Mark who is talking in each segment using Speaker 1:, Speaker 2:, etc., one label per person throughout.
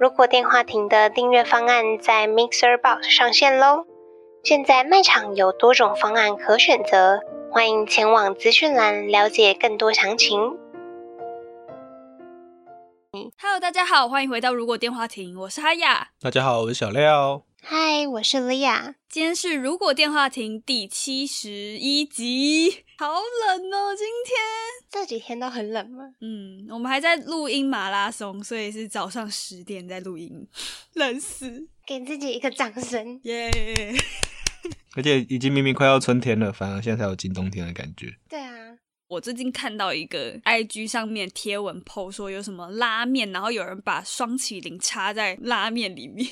Speaker 1: 如果电话亭的订阅方案在 Mixer Box 上线喽。现在卖场有多种方案可选择，欢迎前往资讯栏了解更多详情。
Speaker 2: Hello，大家好，欢迎回到《如果电话亭》，我是哈雅。
Speaker 3: 大家好，我是小廖。
Speaker 1: 嗨，我是莉亚。
Speaker 2: 今天是《如果电话亭》第七十一集，好冷哦，今天。
Speaker 1: 这几天都很冷吗？
Speaker 2: 嗯，我们还在录音马拉松，所以是早上十点在录音， 冷死，
Speaker 1: 给自己一个掌声。
Speaker 2: 耶、
Speaker 3: 而且已经明明快要春天了，反而现在才有近冬天的感觉。
Speaker 1: 对啊，
Speaker 2: 我最近看到一个 IG 上面贴文 PO 说有什么拉面，然后有人把双麒麟插在拉面 里面，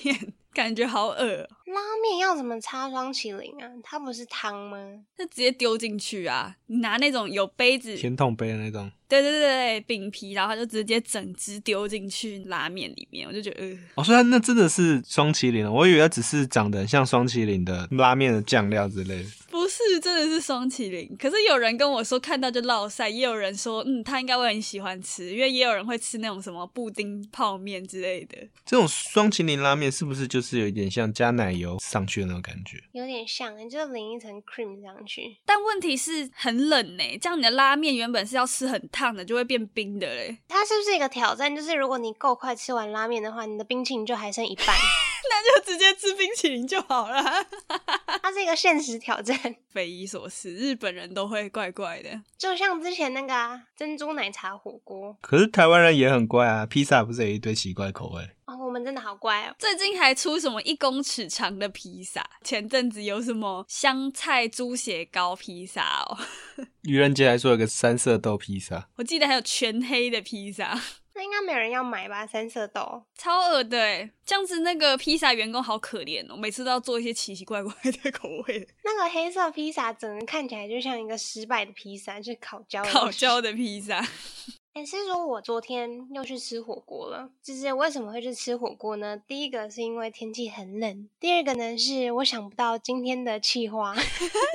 Speaker 2: 感觉好恶哦，
Speaker 1: 拉面要怎么插双麒麟啊？它不是汤吗？
Speaker 2: 那直接丢进去啊！你拿那种有杯子，
Speaker 3: 甜筒杯的那种。
Speaker 2: 对对对对，饼皮，然后他就直接整只丢进去拉面里面，我就觉得，呃，
Speaker 3: 哦，所以它那真的是双麒麟了，哦我以为它只是长得很像双麒麟的拉面的酱料之类的。
Speaker 2: 不是，真的是双麒麟。可是有人跟我说看到就落腮，也有人说，嗯，他应该会很喜欢吃，因为也有人会吃那种什么布丁泡面之类的。
Speaker 3: 这种双麒麟拉面是不是就是有一点像加奶油上去的那种感觉？
Speaker 1: 有点像，欸你就淋一层 cream 上去。
Speaker 2: 但问题是很冷呢、这样你的拉面原本是要吃很烫的，就会变冰的嘞、
Speaker 1: 它是不是一个挑战？就是如果你够快吃完拉面的话，你的冰淇淋就还剩一半。
Speaker 2: 那就直接吃冰淇淋就好了。
Speaker 1: 它是一个现实挑战，
Speaker 2: 匪夷所思，日本人都会怪怪的。
Speaker 1: 就像之前那个、啊、珍珠奶茶火锅
Speaker 3: 可是台湾人也很怪啊，披萨不是有一堆奇怪口味？
Speaker 1: 哦，我们真的好乖哦。
Speaker 2: 最近还出什么一公尺长的披萨，前阵子有什么香菜猪血糕披萨哦，
Speaker 3: 愚人节还说有个三色豆披萨，
Speaker 2: 我记得还有全黑的披萨，
Speaker 1: 那应该没有人要买吧？三色豆，
Speaker 2: 超恶的欸这样子那个披萨员工好可怜哦，每次都要做一些奇奇怪怪的口味，
Speaker 1: 那个黑色披萨整个看起来就像一个失败的披萨，就是烤焦的
Speaker 2: 烤
Speaker 1: 东西
Speaker 2: 焦的披萨。
Speaker 1: 哎、是说我昨天又去吃火锅了。就是为什么会去吃火锅呢？第一个是因为天气很冷，第二个呢是我想不到今天的气话。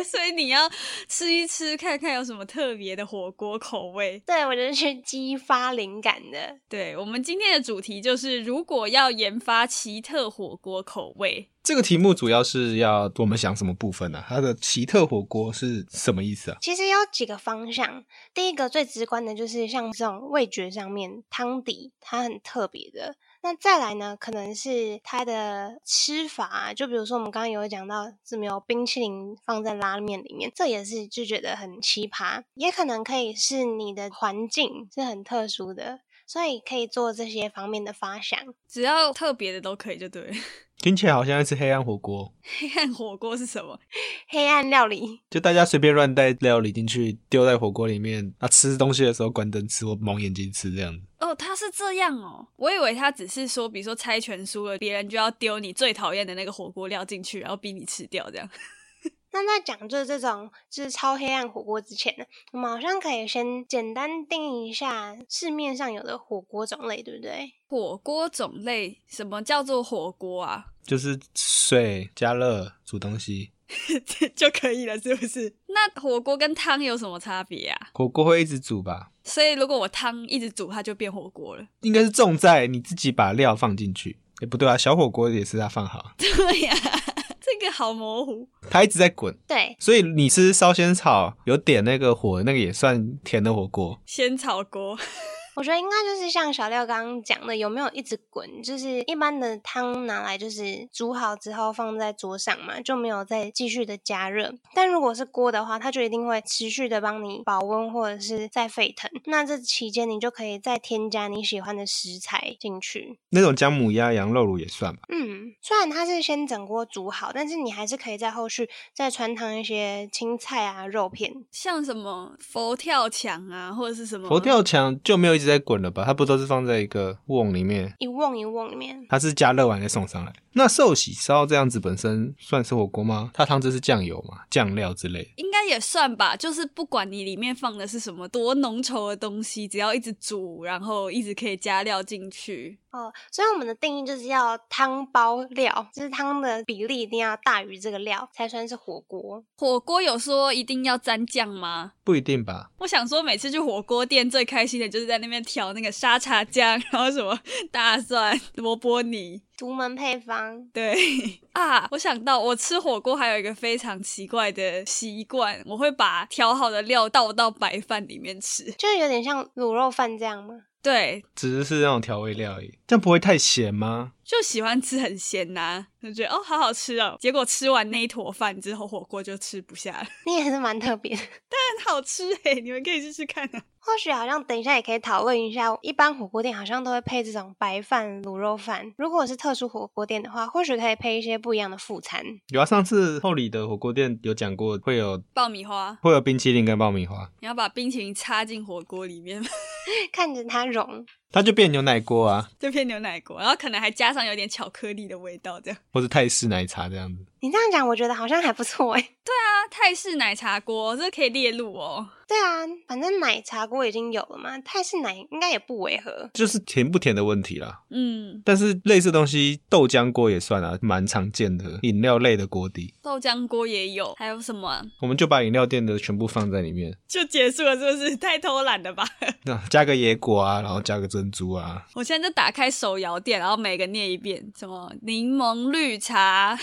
Speaker 2: 所以你要吃一吃，看看有什么特别的火锅口 味。
Speaker 1: 对我就是去激发灵感的。
Speaker 2: 对我们今天的主题就是，如果要研发奇特火锅口味，
Speaker 3: 这个题目主要是要我们想什么部分呢、啊？它的奇特火锅是什么意思啊？
Speaker 1: 其实有几个方向，第一个最直观的就是像这种味觉上面汤底，它很特别的。那再来呢，可能是它的吃法啊、就比如说我们刚刚有讲到是没有冰淇淋放在拉面里面，这也是就觉得很奇葩。也可能可以是你的环境是很特殊的，所以可以做这些方面的发想。
Speaker 2: 只要特别的都可以，就对了。
Speaker 3: 听起来好像在吃黑暗火锅，
Speaker 2: 黑暗火锅是什么？
Speaker 1: 黑暗料理，
Speaker 3: 就大家随便乱带料理进去，丢在火锅里面啊，吃东西的时候关灯吃或蒙眼睛吃这样子。
Speaker 2: 哦，它是这样哦，我以为它只是说，比如说猜拳输了，别人就要丢你最讨厌的那个火锅料进去，然后逼你吃掉这样。
Speaker 1: 那在讲就是这种就是超黑暗火锅之前呢，我们好像可以先简单定义一下市面上有的火锅种类，对不对？
Speaker 2: 火锅种类，什么叫做火锅啊？
Speaker 3: 就是水加热煮东西。
Speaker 2: 就可以了，是不是？那火锅跟汤有什么差别啊？
Speaker 3: 火锅会一直煮吧？
Speaker 2: 所以如果我汤一直煮，它就变火锅了。
Speaker 3: 应该是重在你自己把料放进去。哎、不对啊，小火锅也是要放好，
Speaker 2: 对呀、这个好模糊。
Speaker 3: 它一直在滚。
Speaker 1: 对，
Speaker 3: 所以你吃烧仙草有点那个火，那个也算甜的火锅。
Speaker 2: 仙草锅，
Speaker 1: 我觉得应该就是像小廖刚刚讲的，有没有一直滚？就是一般的汤拿来就是煮好之后放在桌上嘛，就没有再继续的加热。但如果是锅的话，它就一定会持续的帮你保温或者是在沸腾。那这期间你就可以再添加你喜欢的食材进去。
Speaker 3: 那种姜母鸭、羊肉炉也算吧。
Speaker 1: 嗯，虽然它是先整锅煮好，但是你还是可以在后续再穿烫一些青菜啊、肉片。
Speaker 2: 像什么佛跳墙啊，或者是什么
Speaker 3: 佛跳墙就没有一直在滚了吧？它不都是放在一个瓮里面？
Speaker 1: 一瓮一瓮里面，
Speaker 3: 它是加热完再送上来。那寿喜烧这样子本身算是火锅吗？它汤汁是酱油嘛，酱料之类的。
Speaker 2: 应该也算吧，就是不管你里面放的是什么多浓稠的东西，只要一直煮，然后一直可以加料进去。
Speaker 1: 哦，所以我们的定义就是要汤包料，就是汤的比例一定要大于这个料才算是火锅。
Speaker 2: 火锅有说一定要沾酱吗？
Speaker 3: 不一定吧？
Speaker 2: 我想说，每次去火锅店最开心的就是在那边调那个沙茶酱，然后什么大蒜、萝卜泥。
Speaker 1: 独门配方，
Speaker 2: 对 啊，我想到我吃火锅还有一个非常奇怪的习惯，我会把调好的料倒到白饭里面吃。
Speaker 1: 就有点像卤肉饭这样吗？
Speaker 2: 对，
Speaker 3: 只是那种调味料而已，这样不会太咸吗？
Speaker 2: 就喜欢吃很咸呐、就觉得哦好好吃哦。结果吃完那一坨饭之后，火锅就吃不下了，
Speaker 1: 你也是蛮特别的。
Speaker 2: 很好吃诶、你们可以试试看啊。
Speaker 1: 或许好像等一下也可以讨论一下，一般火锅店好像都会配这种白饭、卤肉饭。如果是特殊火锅店的话，或许可以配一些不一样的副餐。
Speaker 3: 有啊，上次后里的火锅店有讲过，会有
Speaker 2: 爆米花，
Speaker 3: 会有冰淇淋跟爆米花，
Speaker 2: 你要把冰淇淋插进火锅里 面，
Speaker 1: 看着它融，
Speaker 3: 它就变牛奶锅啊，
Speaker 2: 就变牛奶锅，然后可能还加上有点巧克力的味道，这样。
Speaker 3: 或是泰式奶茶这样子。
Speaker 1: 你这样讲，我觉得好像还不错欸诶、
Speaker 2: 啊，泰式奶茶锅这可以列入哦。
Speaker 1: 对啊，反正奶茶锅已经有了嘛，泰式奶应该也不违和。
Speaker 3: 就是甜不甜的问题啦，
Speaker 2: 嗯，
Speaker 3: 但是类似的东西，豆浆锅也算啊，蛮常见的饮料类的锅底，
Speaker 2: 豆浆锅也有，还有什么啊？
Speaker 3: 我们就把饮料店的全部放在里面，
Speaker 2: 就结束了，是不是？太偷懒了吧！
Speaker 3: 那加个野果啊，然后加个珍珠啊，
Speaker 2: 我现在就打开手摇店，然后每个念一遍，什么柠檬绿茶，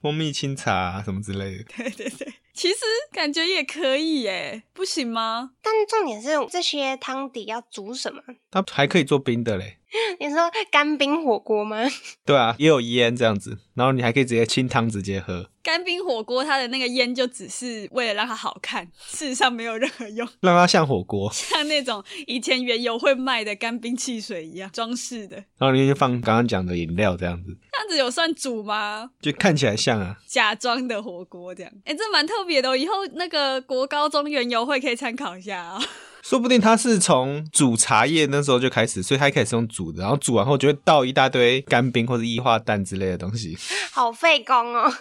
Speaker 3: 蜂蜜清茶、啊、什么之类的。
Speaker 2: 对对对，其实感觉也可以耶，不行吗？
Speaker 1: 但重点是这些汤底要煮什么？
Speaker 3: 它还可以做冰的嘞，
Speaker 1: 你说干冰火锅吗？
Speaker 3: 对啊，也有烟这样子，然后你还可以直接清汤直接喝，
Speaker 2: 干冰火锅它的那个烟就只是为了让它好看，事实上没有任何用，
Speaker 3: 让它像火锅，
Speaker 2: 像那种以前原油会卖的干冰汽水一样装饰的，
Speaker 3: 然后里面放刚刚讲的饮料这样子，
Speaker 2: 这样子有算煮吗？
Speaker 3: 就看起来像啊。
Speaker 2: 假装的火锅这样，哎、这蛮特别的、哦，以后那个国高中原油会可以参考一下啊、
Speaker 3: 说不定它是从煮茶叶那时候就开始，所以它一开始用煮的，然后煮完后就会倒一大堆干冰或者一化蛋之类的东西。
Speaker 1: 好费工哦，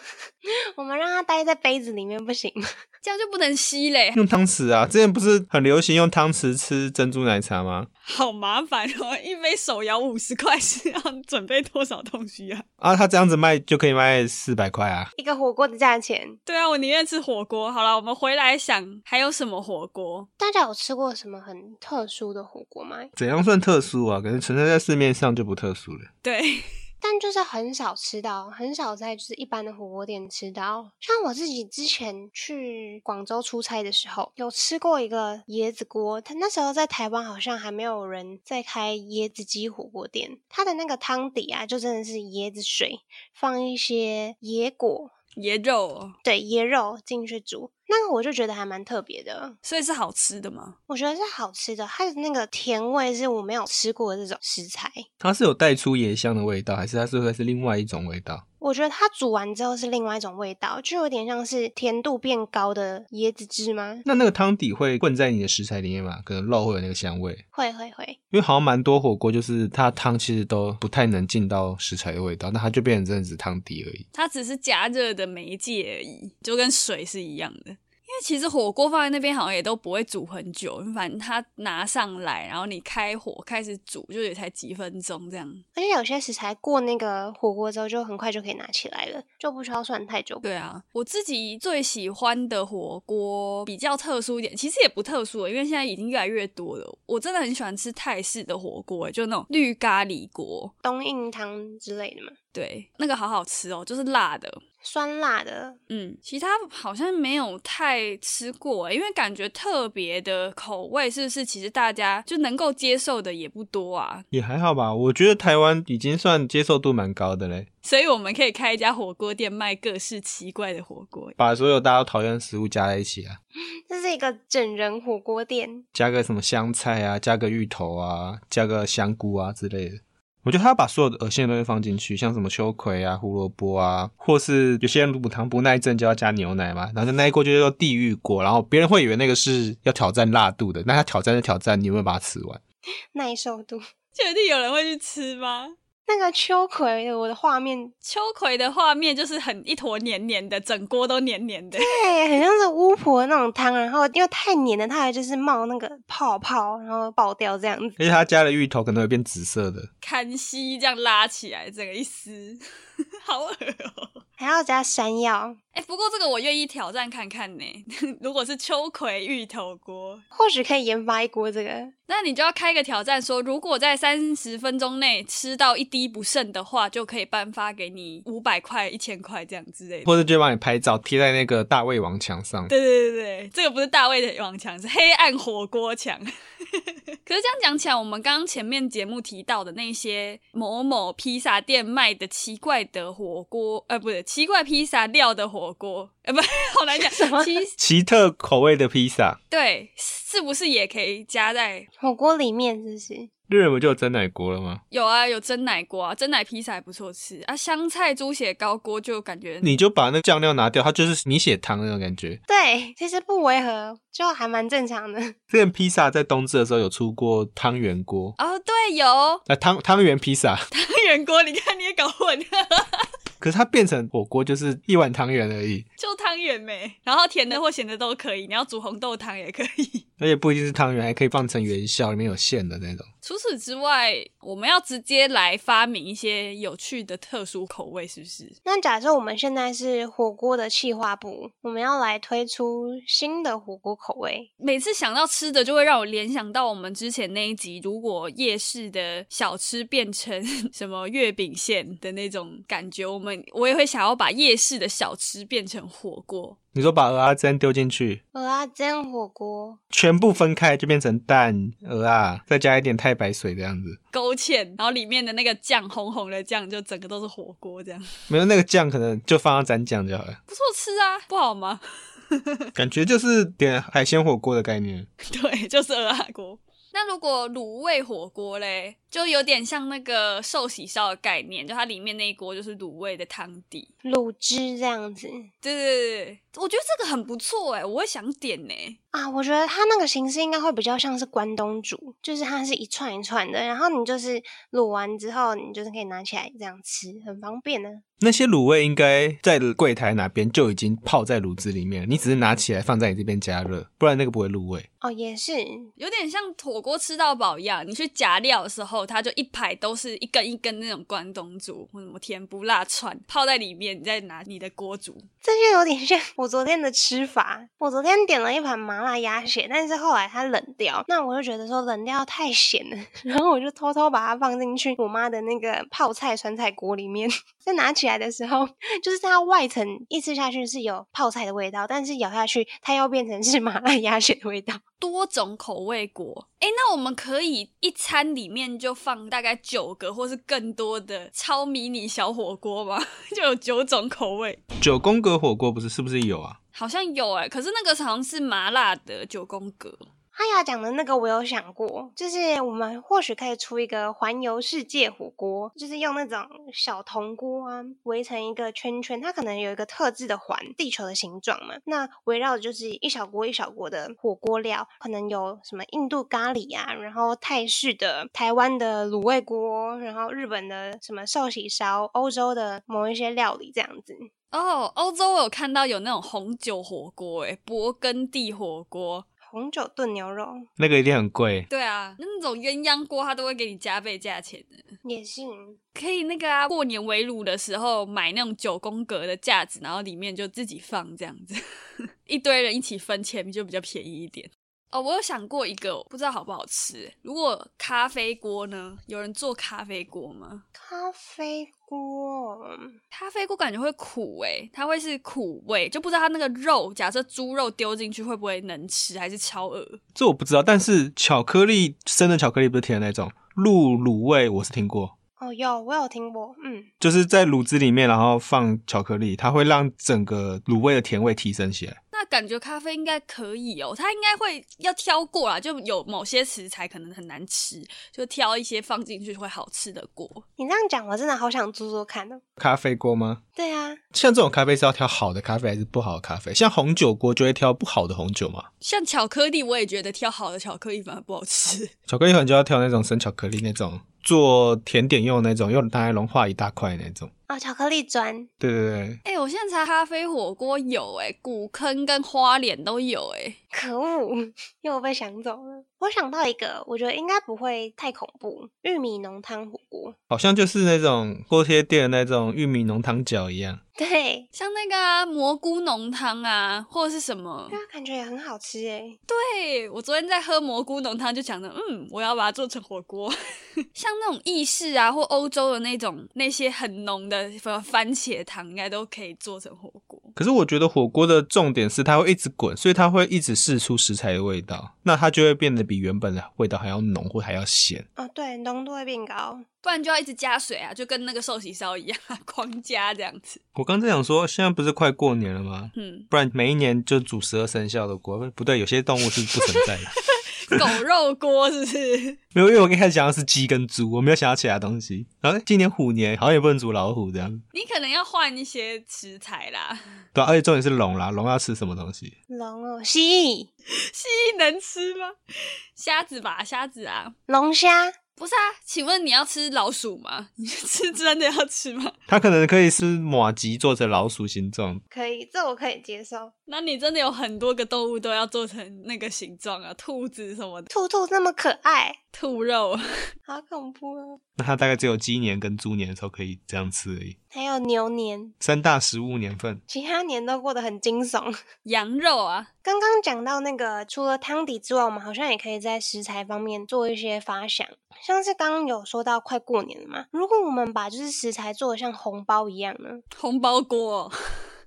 Speaker 1: 我们让它待在杯子里面不行吗？
Speaker 2: 这样就不能吸嘞，
Speaker 3: 用汤匙啊，之前不是很流行用汤匙吃珍珠奶茶吗？
Speaker 2: 好麻烦哦！一杯手摇五十块是要准备多少东西啊？
Speaker 3: 啊，它这样子卖就可以卖四百块啊。
Speaker 1: 一个火锅的价钱，
Speaker 2: 对啊，我宁愿吃火锅。好了，我们回来想还有什么火锅？
Speaker 1: 大家有吃过什么很特殊的火锅吗？
Speaker 3: 怎样算特殊啊？可能存在在市面上就不特殊了。
Speaker 2: 对，
Speaker 1: 但就是很少吃到，很少在就是一般的火锅店吃到。像我自己之前去广州出差的时候，有吃过一个椰子锅，它那时候在台湾好像还没有人在开椰子鸡火锅店，它的那个汤底啊，就真的是椰子水，放一些椰果，
Speaker 2: 椰肉、哦，
Speaker 1: 对，椰肉进去煮。那个我就觉得还蛮特别的，
Speaker 2: 所以是好吃的吗？
Speaker 1: 我觉得是好吃的，它的那个甜味是我没有吃过的这种食材。
Speaker 3: 它是有带出椰香的味道，还是它是会是另外一种味道？
Speaker 1: 我觉得它煮完之后是另外一种味道，就有点像是甜度变高的椰子汁吗？
Speaker 3: 那那个汤底会混在你的食材里面嘛？可能肉会有那个香味，
Speaker 1: 会会会，
Speaker 3: 因为好像蛮多火锅就是它汤其实都不太能进到食材的味道，那它就变成真的只是汤底而已。
Speaker 2: 它只是加热的媒介而已，就跟水是一样的。因为其实火锅放在那边好像也都不会煮很久，反正它拿上来，然后你开火开始煮，就也才几分钟这样。
Speaker 1: 而且有些食材过那个火锅之后就很快就可以拿起来了，就不需要涮太久。
Speaker 2: 对啊，我自己最喜欢的火锅比较特殊一点，其实也不特殊了，因为现在已经越来越多了。我真的很喜欢吃泰式的火锅，欸就那种绿咖喱锅，
Speaker 1: 冬阴汤之类的嘛，
Speaker 2: 对，那个好好吃哦，就是辣的。
Speaker 1: 酸辣的，
Speaker 2: 嗯，其他好像没有太吃过，欸因为感觉特别的口味是不是？其实大家就能够接受的也不多啊，
Speaker 3: 也还好吧，我觉得台湾已经算接受度蛮高的嘞，
Speaker 2: 所以我们可以开一家火锅店，卖各式奇怪的火锅。
Speaker 3: 把所有大家都讨厌的食物加在一起啊，
Speaker 1: 这是一个整人火锅店。
Speaker 3: 加个什么香菜啊，加个芋头啊，加个香菇啊之类的。我觉得他把所有的恶心的东西放进去，像什么秋葵啊、胡萝卜啊，或是有些人乳糖不耐症就要加牛奶嘛，然后那一锅就叫做地狱锅，然后别人会以为那个是要挑战辣度的，那他挑战就挑战你有没有把它吃完。
Speaker 1: 耐受度。
Speaker 2: 确定有人会去吃吗？
Speaker 1: 那个秋葵的，我的画面，
Speaker 2: 秋葵的画面就是很一坨黏黏的，整锅都黏黏的。
Speaker 1: 对，很像是巫婆那种汤，然后因为太黏了，它还就是冒那个泡泡，然后爆掉这样子。
Speaker 3: 而且他加了芋头，可能会变紫色的。
Speaker 2: 看西这样拉起来，整个一撕， 好恶哦、
Speaker 1: 还要加山药，
Speaker 2: 哎、不过这个我愿意挑战看看呢。 如果是秋葵芋头锅，
Speaker 1: 或许可以研发一锅这个。
Speaker 2: 那你就要开个挑战说，如果在三十分钟内吃到一滴不剩的话，就可以颁发给你五百块、一千块这样之类的。
Speaker 3: 或者就帮你拍照贴在那个大胃王墙上。
Speaker 2: 对对对对，这个不是大卫的网墙，是黑暗火 锅墙。可是这样讲起来，我们刚刚前面节目提到的那些某某披萨店卖的奇怪的火锅，呃，不是奇怪披萨料的火锅，呃，不，好难讲。
Speaker 1: 什么
Speaker 2: 奇
Speaker 3: 奇特口味的披萨，
Speaker 2: 对，是不是也可以加在？
Speaker 1: 火锅里面是不是？
Speaker 3: 日本不就有蒸奶锅了吗？
Speaker 2: 有啊，有蒸奶锅啊，蒸奶披萨还不错吃啊，香菜猪血糕锅就感觉
Speaker 3: 你就把那个酱料拿掉，它就是米血汤那种感觉。
Speaker 1: 对，其实不违和，就还蛮正常的。
Speaker 3: 之前披萨在冬至的时候有出过汤圆锅，
Speaker 2: 哦，对，有
Speaker 3: 那、汤汤圆披萨，
Speaker 2: 汤圆锅，你看你也搞混了，
Speaker 3: 可是它变成火锅就是一碗汤圆而已，
Speaker 2: 就汤圆没，然后甜的或咸的都可以，你要煮红豆汤也可以。
Speaker 3: 而且不一定是汤圆，还可以放成元宵，里面有馅的那种。
Speaker 2: 除此之外，我们要直接来发明一些有趣的特殊口味，是不是？
Speaker 1: 那假设我们现在是火锅的企划部，我们要来推出新的火锅口味，
Speaker 2: 每次想到吃的，就会让我联想到我们之前那一集，如果夜市的小吃变成 什么月饼馅的那种感觉，我们我也会想要把夜市的小吃变成火锅。
Speaker 3: 你说把鹅啊蒸丢进去，
Speaker 1: 鹅啊煎火锅，
Speaker 3: 全部分开就变成蛋鹅啊，再加一点太白水这样子。
Speaker 2: 勾芡，然后里面的那个酱红红的酱，就整个都是火锅，这样
Speaker 3: 没有那个酱可能就放到蘸酱就好 了，
Speaker 2: 不错吃啊，不好吗？
Speaker 3: 感觉就是点海鲜火锅的概念。
Speaker 2: 对，就是鹅啊锅。那如果卤味火锅嘞，就有点像那个寿喜烧的概念，就它里面那一锅就是卤味的汤底。
Speaker 1: 卤汁这样子
Speaker 2: 对对对对，我觉得这个很不错哎，我会想点呢。
Speaker 1: 啊，我觉得它那个形式应该会比较像是关东煮，就是它是一串一串的，然后你就是卤完之后，你就是可以拿起来这样吃，很方便啊呢、
Speaker 3: 那些卤味应该在柜台哪边就已经泡在卤汁里面了，你只是拿起来放在你这边加热，不然那个不会入味。
Speaker 1: 哦，也是，
Speaker 2: 有点像火锅吃到饱一样，你去夹料的时候，它就一排都是一根一根那种关东煮或什么甜不辣串泡在里面，你再拿你的锅煮。
Speaker 1: 这就有点像我昨天的吃法。我昨天点了一盘麻辣鸭血，但是后来它冷掉，那我就觉得说冷掉太咸了， 然后我就偷偷把它放进去我妈的那个泡菜酸菜锅里面。 再拿起来的时候，就是它外层一吃下去是有泡菜的味道，但是咬下去它又变成是麻辣鸭血的味道。
Speaker 2: 多种口味锅，哎，那我们可以一餐里面就放大概九个或是更多的超迷你小火锅吗？ 就有九种口味，
Speaker 3: 九宫格火锅不是是不是有啊？
Speaker 2: 好像有哎，可是那个好像是麻辣的九宫格，
Speaker 1: 哈雅讲的那个我有想过，就是我们或许可以出一个环游世界火锅，就是用那种小铜锅啊围成一个圈圈，它可能有一个特制的环，地球的形状嘛。那围绕的就是一小锅一小锅的火锅料，可能有什么印度咖喱啊，然后泰式的、台湾的卤味锅，然后日本的什么寿喜烧、欧洲的某一些料理这样子。
Speaker 2: 哦，欧洲我有看到有那种红酒火锅，哎，勃艮第火锅。
Speaker 1: 红酒炖牛肉
Speaker 3: 那个一定很贵。
Speaker 2: 对啊，那种鸳鸯锅它都会给你加倍价钱的。
Speaker 1: 也是，
Speaker 2: 可以那个啊，过年围炉的时候买那种九宫格的架子，然后里面就自己放这样子， 一堆人一起分钱就比较便宜一点。哦，我有想过一个，不知道好不好吃。欸如果咖啡锅呢？有人做咖啡锅吗？
Speaker 1: 咖啡锅哦
Speaker 2: 咖啡锅感觉会苦诶、它会是苦味，就不知道它那个肉，假设猪肉丢进去会不会能吃，还是超饿？
Speaker 3: 这我不知道，但是巧克力生的巧克力不是甜的那种，鹿卤味我是听过，
Speaker 1: 哦，有我有听过，嗯。
Speaker 3: 就是在卤汁里面然后放巧克力，它会让整个卤味的甜味提升起来。
Speaker 2: 那感觉咖啡应该可以哦，它应该会要挑过啦，就有某些食材可能很难吃，就挑一些放进去会好吃的锅。
Speaker 1: 你这样讲，我真的好想做做看哦。
Speaker 3: 咖啡锅吗？
Speaker 1: 对啊，
Speaker 3: 像这种咖啡是要挑好的咖啡还是不好的咖啡？像红酒锅就会挑不好的红酒嘛，
Speaker 2: 像巧克力，我也觉得挑好的巧克力反而不好吃。
Speaker 3: 巧克力粉就要挑那种生巧克力那种，做甜点用的那种，用拿来融化一大块那种。
Speaker 1: 哦，巧克力砖，
Speaker 3: 对对对，
Speaker 2: 哎、我现在查咖啡火锅有哎、古坑跟花莲都有哎、
Speaker 1: 可恶， 又被抢走了。我想到一个，我觉得应该不会太恐怖，玉米浓汤火锅。
Speaker 3: 好像就是那种锅贴店的那种玉米浓汤饺一样。
Speaker 1: 对，
Speaker 2: 像那个、啊、蘑菇浓汤啊，或者是什么
Speaker 1: 对。啊，感觉也很好吃诶。
Speaker 2: 对我昨天在喝蘑菇浓汤，就想着，嗯，我要把它做成火锅， 像那种意式啊，或欧洲的那种那些很浓的什么番茄汤，应该都可以做成火锅。
Speaker 3: 可是我觉得火锅的重点是它会一直滚，所以它会一直试出食材的味道，那它就会变得比原本的味道还要浓或还要咸。
Speaker 1: 哦，对，浓度会变高。
Speaker 2: 不然就要一直加水啊，就跟那个寿喜烧一样，啊狂加这样子。
Speaker 3: 我刚才想说，现在不是快过年了吗？
Speaker 2: 嗯，
Speaker 3: 不然每一年就煮十二生肖的锅，不不对，有些动物是不存在的。
Speaker 2: 狗肉锅是不是？
Speaker 3: 没有，因为我一开始想到是鸡跟猪，我没有想到其他东西。然后今年虎年好像也不能煮老虎这样，
Speaker 2: 你可能要换一些食材啦。
Speaker 3: 对啊、而且重点是龙啦，龙要吃什么东西？
Speaker 1: 龙哦，蜥蜴、
Speaker 2: 蜥蜴能吃吗？虾子吧，虾子啊，
Speaker 1: 龙虾，
Speaker 2: 不是啊？请问你要吃老鼠吗？ 你是真的要吃吗？
Speaker 3: 它可能可以是马吉做成老鼠形状，
Speaker 1: 可以，这我可以接受。
Speaker 2: 那你真的有很多个动物都要做成那个形状啊，兔子什么的，
Speaker 1: 兔兔那么可爱，
Speaker 2: 兔肉，
Speaker 1: 好恐怖哦。
Speaker 3: 那它大概只有鸡年跟猪年的时候可以这样吃而已。
Speaker 1: 还有牛年，
Speaker 3: 三大食物年份，
Speaker 1: 其他年都过得很惊悚。
Speaker 2: 羊肉啊，
Speaker 1: 刚刚讲到那个，除了汤底之外，我们好像也可以在食材方面做一些发想。像是刚刚有说到快过年了嘛，如果我们把就是食材做的像红包一样呢，
Speaker 2: 红包锅哦、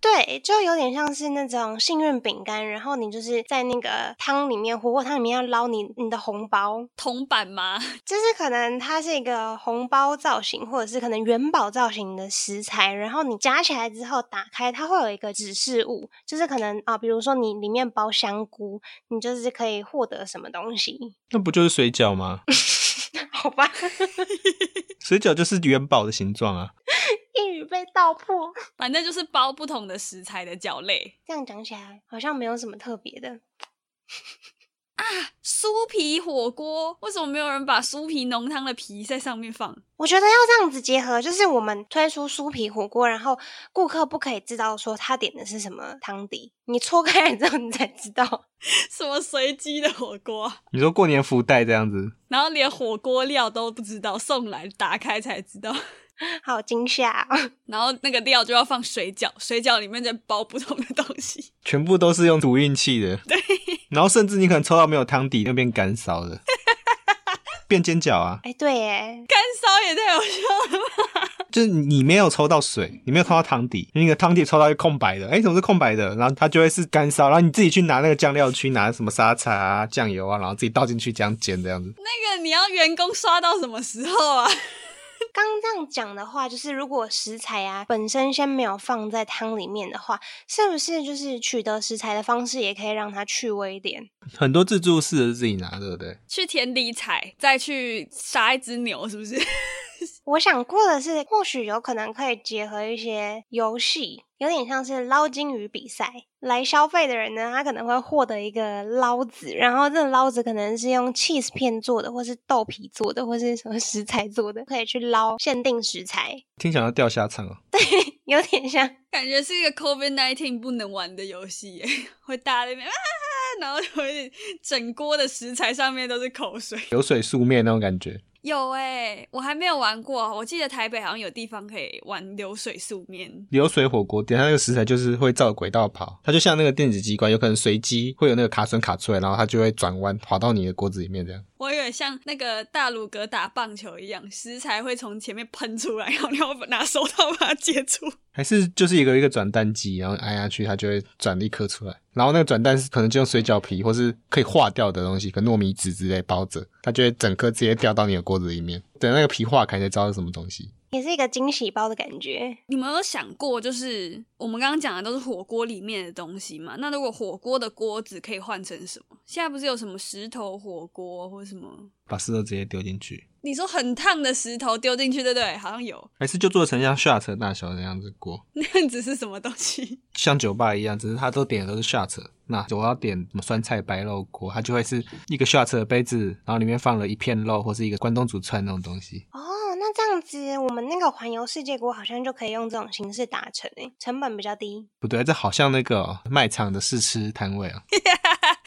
Speaker 1: 对，就有点像是那种幸运饼干，然后你就是在那个汤里面火锅汤里面要捞你你的红包，
Speaker 2: 铜板吗？
Speaker 1: 就是可能它是一个红包造型，或者是可能元宝造型的食材，然后你夹起来之后打开，它会有一个指示物，就是可能啊、比如说你里面包香菇，你就是可以获得什么东西，
Speaker 3: 那不就是水饺吗？
Speaker 1: 好吧，
Speaker 3: 水饺就是元宝的形状啊。
Speaker 1: 一语被道破。
Speaker 2: 反正就是包不同的食材的饺类。
Speaker 1: 这样讲起来好像没有什么特别的，
Speaker 2: 酥皮火锅为什么没有人把酥皮浓汤的皮在上面放？
Speaker 1: 我觉得要这样子结合，就是我们推出酥皮火锅，然后顾客不可以知道说他点的是什么汤底，你搓开来之后你才知道。
Speaker 2: 什么随机的火锅？啊
Speaker 3: 你说过年福袋这样子，
Speaker 2: 然后连火锅料都不知道，送来打开才知道。
Speaker 1: 好惊吓、哦！
Speaker 2: 然后那个料就要放水饺，水饺里面再包不同的东西。
Speaker 3: 全部都是用赌运气的。对。然后甚至你可能抽到没有汤底，那变干烧的，变煎饺啊，
Speaker 1: 哎，对耶，
Speaker 2: 干烧也太有效了吧！
Speaker 3: 就是你没有抽到水，你没有抽到汤底，你那个汤底抽到一个空白的，哎，怎么是空白的？然后它就会是干烧，然后你自己去拿那个酱料去拿什么沙茶啊、酱油啊，然后自己倒进去这样煎这样子。
Speaker 2: 那个你要员工刷到什么时候啊？
Speaker 1: 刚这样讲的话，就是如果食材啊本身先没有放在汤里面的话，是不是就是取得食材的方式也可以让它趣味一点？
Speaker 3: 很多自助式的是自己拿，对不对？
Speaker 2: 去田里采，再去杀一只牛，是不是？
Speaker 1: 我想过的是，或许有可能可以结合一些游戏，有点像是捞金鱼比赛。来消费的人呢，他可能会获得一个捞子，然后这个捞子可能是用 cheese 片做的，或是豆皮做的，或是什么食材做的，可以去捞限定食材，
Speaker 3: 听想要掉下场啊！
Speaker 1: 有点像。
Speaker 2: 感觉是一个 COVID nineteen 不能玩的游戏耶， 会大家在那边啊，然后就会整锅的食材上面都是口水。
Speaker 3: 流水素面那种感觉。
Speaker 2: 有哎、我还没有玩过，我记得台北好像有地方可以玩流水素面。
Speaker 3: 流水火锅店，它那个食材就是会照轨道跑，它就像那个电子机关，有可能随机会有那个卡榫卡出来，然后它就会转弯跑到你的锅子里面这样。
Speaker 2: 我以为像那个大鲁格打棒球一样，食材会从前面喷出来，然后你要拿手套把它接住。
Speaker 3: 还是就是一个一个转蛋机，然后按下去它就会转一颗出来，然后那个转蛋是可能就用水饺皮或是可以化掉的东西，可能糯米纸之类包着，它就会整颗直接掉到你的锅子里面，等那个皮化开才知道是什么东西。
Speaker 1: 也是一个惊喜包的感觉。
Speaker 2: 你们有想过，就是我们刚刚讲的都是火锅里面的东西嘛？那如果火锅的锅子可以换成什么？现在不是有什么石头火锅或什么？
Speaker 3: 把石头直接丢进去，
Speaker 2: 你说很烫的石头丢进去，对不对？好像有，
Speaker 3: 还是就做成像 shot 大小的样子锅，
Speaker 2: 那样子是什么东西？
Speaker 3: 像酒吧一样，只是它都点的都是 shot。那我要点什么酸菜白肉锅，它就会是一个 shot 的杯子，然后里面放了一片肉或是一个关东煮串那种东西。
Speaker 1: 哦，那这样子，我们那个环游世界锅好像就可以用这种形式达成诶，成本比较低。
Speaker 3: 不对，这好像那个哦卖场的试吃摊位啊。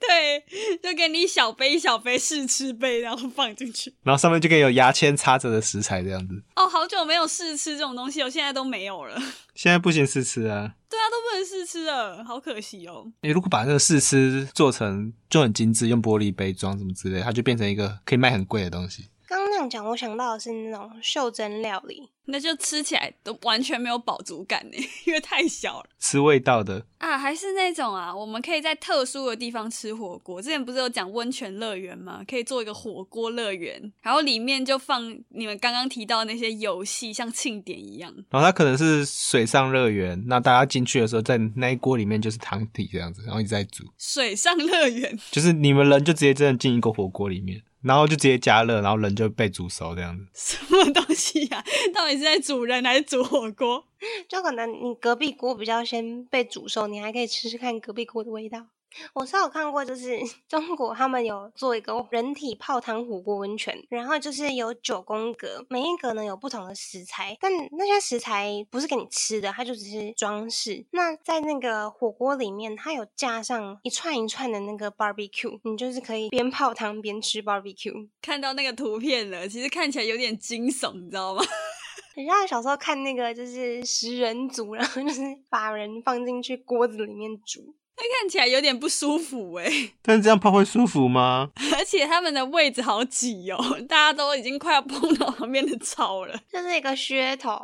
Speaker 2: 对，就给你一小杯一小杯试吃杯，然后放进去。
Speaker 3: 然后上面就可以有牙签插着的食材这样子。
Speaker 2: 哦，好久没有试吃这种东西哦，我现在都没有了。
Speaker 3: 现在不行试吃啊！
Speaker 2: 对啊，都不能试吃了，好可惜哦。
Speaker 3: 你如果把那个试吃做成就很精致，用玻璃杯装什么之类，它就变成一个可以卖很贵的东西。
Speaker 1: 刚刚那样讲，我想到的是那种袖珍料理，
Speaker 2: 那就吃起来都完全没有饱足感呢，因为太小了
Speaker 3: 吃味道的，
Speaker 2: 啊。还是那种啊，我们可以在特殊的地方吃火锅。之前不是有讲温泉乐园吗？可以做一个火锅乐园，然后里面就放你们刚刚提到的那些游戏，像庆典一样。
Speaker 3: 然后它可能是水上乐园，那大家进去的时候，在那一锅里面就是汤底这样子，然后一直在煮，
Speaker 2: 水上乐园，
Speaker 3: 就是你们人就直接真的进一个火锅里面，然后就直接加热，然后人就被煮熟这样子。
Speaker 2: 什么东西呀、到底是在煮人还是煮火锅？
Speaker 1: 就可能你隔壁锅比较先被煮熟，你还可以吃吃看隔壁锅的味道。我是有看过，就是 中国他们有做一个人体泡汤火锅温泉，然后就是有九宫格，每一格呢有不同的食材，但那些食材不是给你吃的，它就只是装饰。那在那个火锅里面，它有架上一串一串的那个 barbecue，你就是可以边泡汤边吃 barbecue。
Speaker 2: 看到那个图片了，其实看起来有点惊悚，你知道吗？
Speaker 1: 很像小时候看那个就是食人族，然后就是把人放进去锅子里面煮。
Speaker 2: 看起来有点不舒服哎、
Speaker 3: 但是这样泡会舒服吗？
Speaker 2: 而且他们的位置好挤哦，大家都已经快要碰到旁边的草了，
Speaker 1: 这是一个噱头。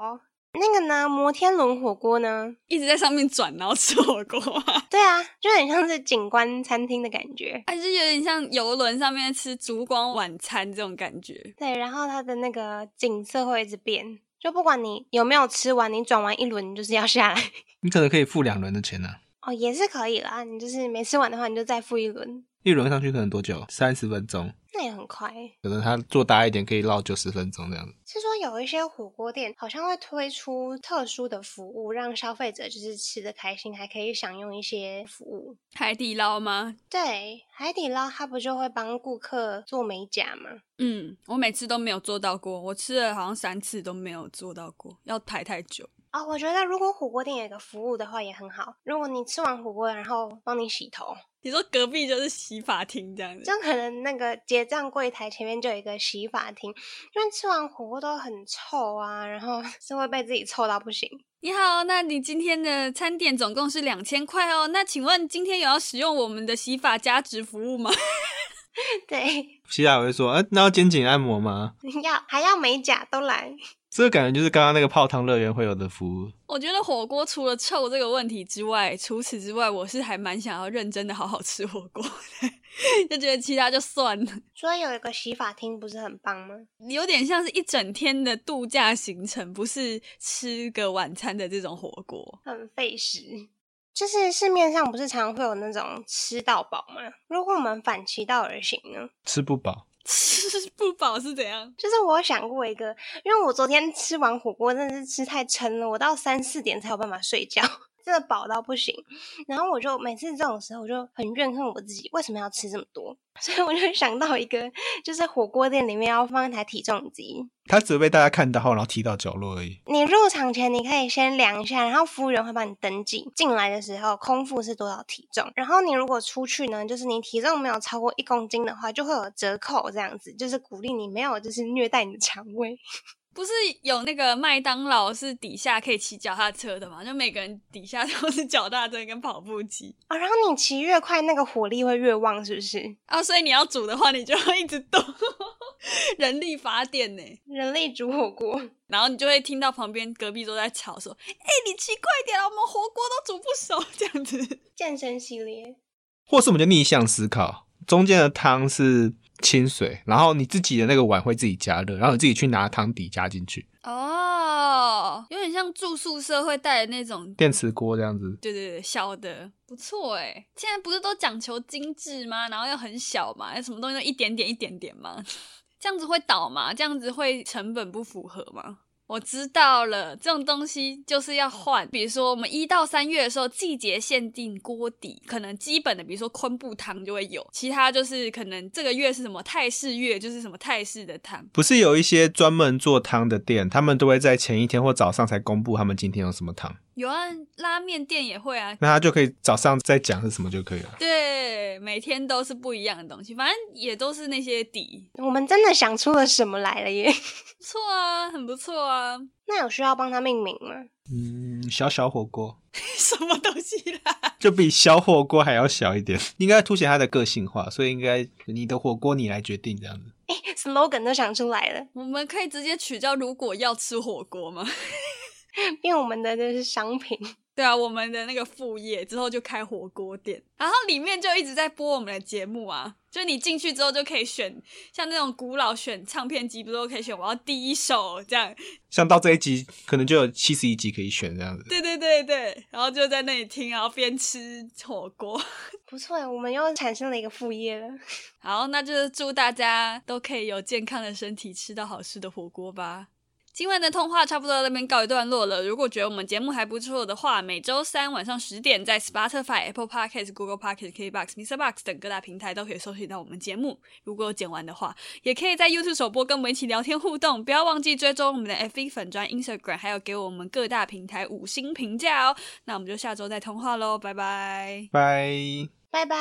Speaker 1: 那个呢，摩天轮火锅呢？
Speaker 2: 一直在上面转，然后吃火锅啊，
Speaker 1: 对啊，就很像是景观餐厅的感觉。
Speaker 2: 还是有点像游轮上面吃烛光晚餐这种感觉。
Speaker 1: 对，然后它的那个景色会一直变，就不管你有没有吃完，你转完一轮你就是要下来。
Speaker 3: 你可能可以付两轮的钱呢、啊
Speaker 1: 哦，也是可以啦，你就是没吃完的话，你就再付一轮，
Speaker 3: 一轮上去可能多久？三十分钟，
Speaker 1: 那也很快。
Speaker 3: 可能它做大一点可以绕九十分钟这样子。
Speaker 1: 是说有一些火锅店好像会推出特殊的服务，让消费者就是吃的开心，还可以享用一些服务。
Speaker 2: 海底捞吗？
Speaker 1: 对，海底捞它不就会帮顾客做美甲吗？
Speaker 2: 嗯，我每次都没有做到过，我吃了好像三次都没有做到过，要排太久。
Speaker 1: 哦，我觉得如果火锅店有一个服务的话也很好。如果你吃完火锅，然后帮你洗头，
Speaker 2: 你说隔壁就是洗发厅这样子，
Speaker 1: 就可能那个结账柜台前面就有一个洗发厅，因为吃完火锅都很臭啊，然后 是会被自己臭到不行。
Speaker 2: 你好，那你今天的餐点总共是两千块哦。那请问今天有要使用我们的洗发加值服务吗？
Speaker 1: 对，
Speaker 3: 西雅会说：“呃，那要肩颈按摩吗？”
Speaker 1: 要还要美甲都来。
Speaker 3: 这个感觉就是刚刚那个泡汤乐园会有的服务。
Speaker 2: 我觉得火锅除了臭这个问题之外，除此之外，我是还蛮想要认真的好好吃火锅的， 就觉得其他就算了，
Speaker 1: 所以有一个洗发厅不是很棒吗？
Speaker 2: 有点像是一整天的度假行程，不是吃个晚餐的这种火锅。
Speaker 1: 很费时。就是市面上不是常会有那种吃到饱吗？如果我们反其道而行呢？
Speaker 3: 吃不饱，
Speaker 2: 吃不饱是怎样？
Speaker 1: 就是我有想过一个，因为我昨天吃完火锅真的是吃太撑了，我到三四点才有办法睡觉， 真的饱到不行。然后我就每次这种时候，我就很怨恨我自己，为什么要吃这么多？ 所以我就想到一个，就是火锅店里面要放一台体重机。
Speaker 3: 他只会被大家看到，然后踢到角落而已。
Speaker 1: 你入场前你可以先量一下，然后服务员会帮你登记。进来的时候空腹是多少体重，然后你如果出去呢，就是你体重没有超过一公斤的话，就会有折扣，这样子就是鼓励你没有就是虐待你的肠胃。
Speaker 2: 不是有那个麦当劳是底下可以骑脚踏车的嘛？就每个人底下都是脚踏车跟跑步机
Speaker 1: 啊、然后你骑越快，那个火力会越旺，是不是？
Speaker 2: 啊，所以你要煮的话，你就要一直动， 人力法典呢。
Speaker 1: 人类煮火锅，
Speaker 2: 然后你就会听到旁边隔壁都在吵说：“哎、你骑快点啊，我们火锅都煮不熟。”这样子，
Speaker 1: 健身系列，
Speaker 3: 或是我们就逆向思考，中间的汤是清水，然后你自己的那个碗会自己加热，然后你自己去拿汤底加进去，
Speaker 2: 哦，有点像住宿舍会带的那种，
Speaker 3: 电磁锅这样子。
Speaker 2: 对对对，小的不错哎。现在不是都讲求精致吗？然后要很小嘛，什么东西都一点点一点点嘛。 这样子会倒吗？这样子会成本不符合吗？我知道了，这种东西就是要换。比如说，我们一到三月的时候，季节限定锅底，可能基本的，比如说昆布汤就会有，其他就是可能这个月是什么泰式月，就是什么泰式的汤。
Speaker 3: 不是有一些专门做汤的店，他们都会在前一天或早上才公布他们今天有什么汤，
Speaker 2: 有啊，拉面店也会啊，
Speaker 3: 那他就可以早上再讲是什么就可以了。
Speaker 2: 对，每天都是不一样的东西，反正也都是那些底，
Speaker 1: 我们真的想出了什么来了耶！
Speaker 2: 不错啊，很不错啊，
Speaker 1: 那有需要帮他命名吗？
Speaker 3: 嗯，小小火锅
Speaker 2: 什么东西啦？
Speaker 3: 就比小火锅还要小一点，应该凸显它的个性化，所以应该你的火锅你来决定这样子。
Speaker 1: slogan 都想出来了，
Speaker 2: 我们可以直接取叫“如果要吃火锅”吗？
Speaker 1: 变我们的就是商品。
Speaker 2: 对啊，我们的那个副业之后就开火锅店，然后里面就一直在播我们的节目啊。就你进去之后就可以选，像那种古老选唱片机，不是都可以选我要第一首这样？
Speaker 3: 像到这一集可能就有七十一集可以选这样子。
Speaker 2: 对对对对，然后就在那里听，然后边吃火锅。
Speaker 1: 不错耶，我们又产生了一个副业了。
Speaker 2: 好，那就是祝大家都可以有健康的身体，吃到好吃的火锅吧。今晚的通话差不多到这边告一段落了。如果觉得我们节目还不错的话，每周三晚上十点在 Spotify、Apple Podcast、Google Podcast、KBox、Mr. Box 等各大平台都可以搜寻到我们节目。如果有剪完的话，也可以在 YouTube 首播跟我们一起聊天互动。不要忘记追踪我们的 FB 粉专、Instagram，还有给我们各大平台五星评价哦。那我们就下周再通话喽，拜拜。
Speaker 3: 拜。
Speaker 1: 拜拜。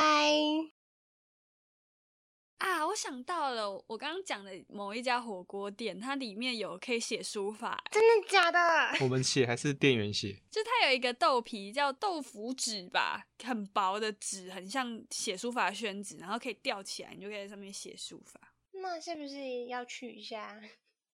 Speaker 2: 啊，我想到了，我刚刚讲的某一家火锅店，它里面有可以写书法，
Speaker 1: 真的假的？
Speaker 3: 我们写还是店员写？
Speaker 2: 就它有一个豆皮叫豆腐纸吧，很薄的纸，很像写书法的宣纸，然后可以吊起来，你就可以在上面写书法。
Speaker 1: 那是不是要去一下？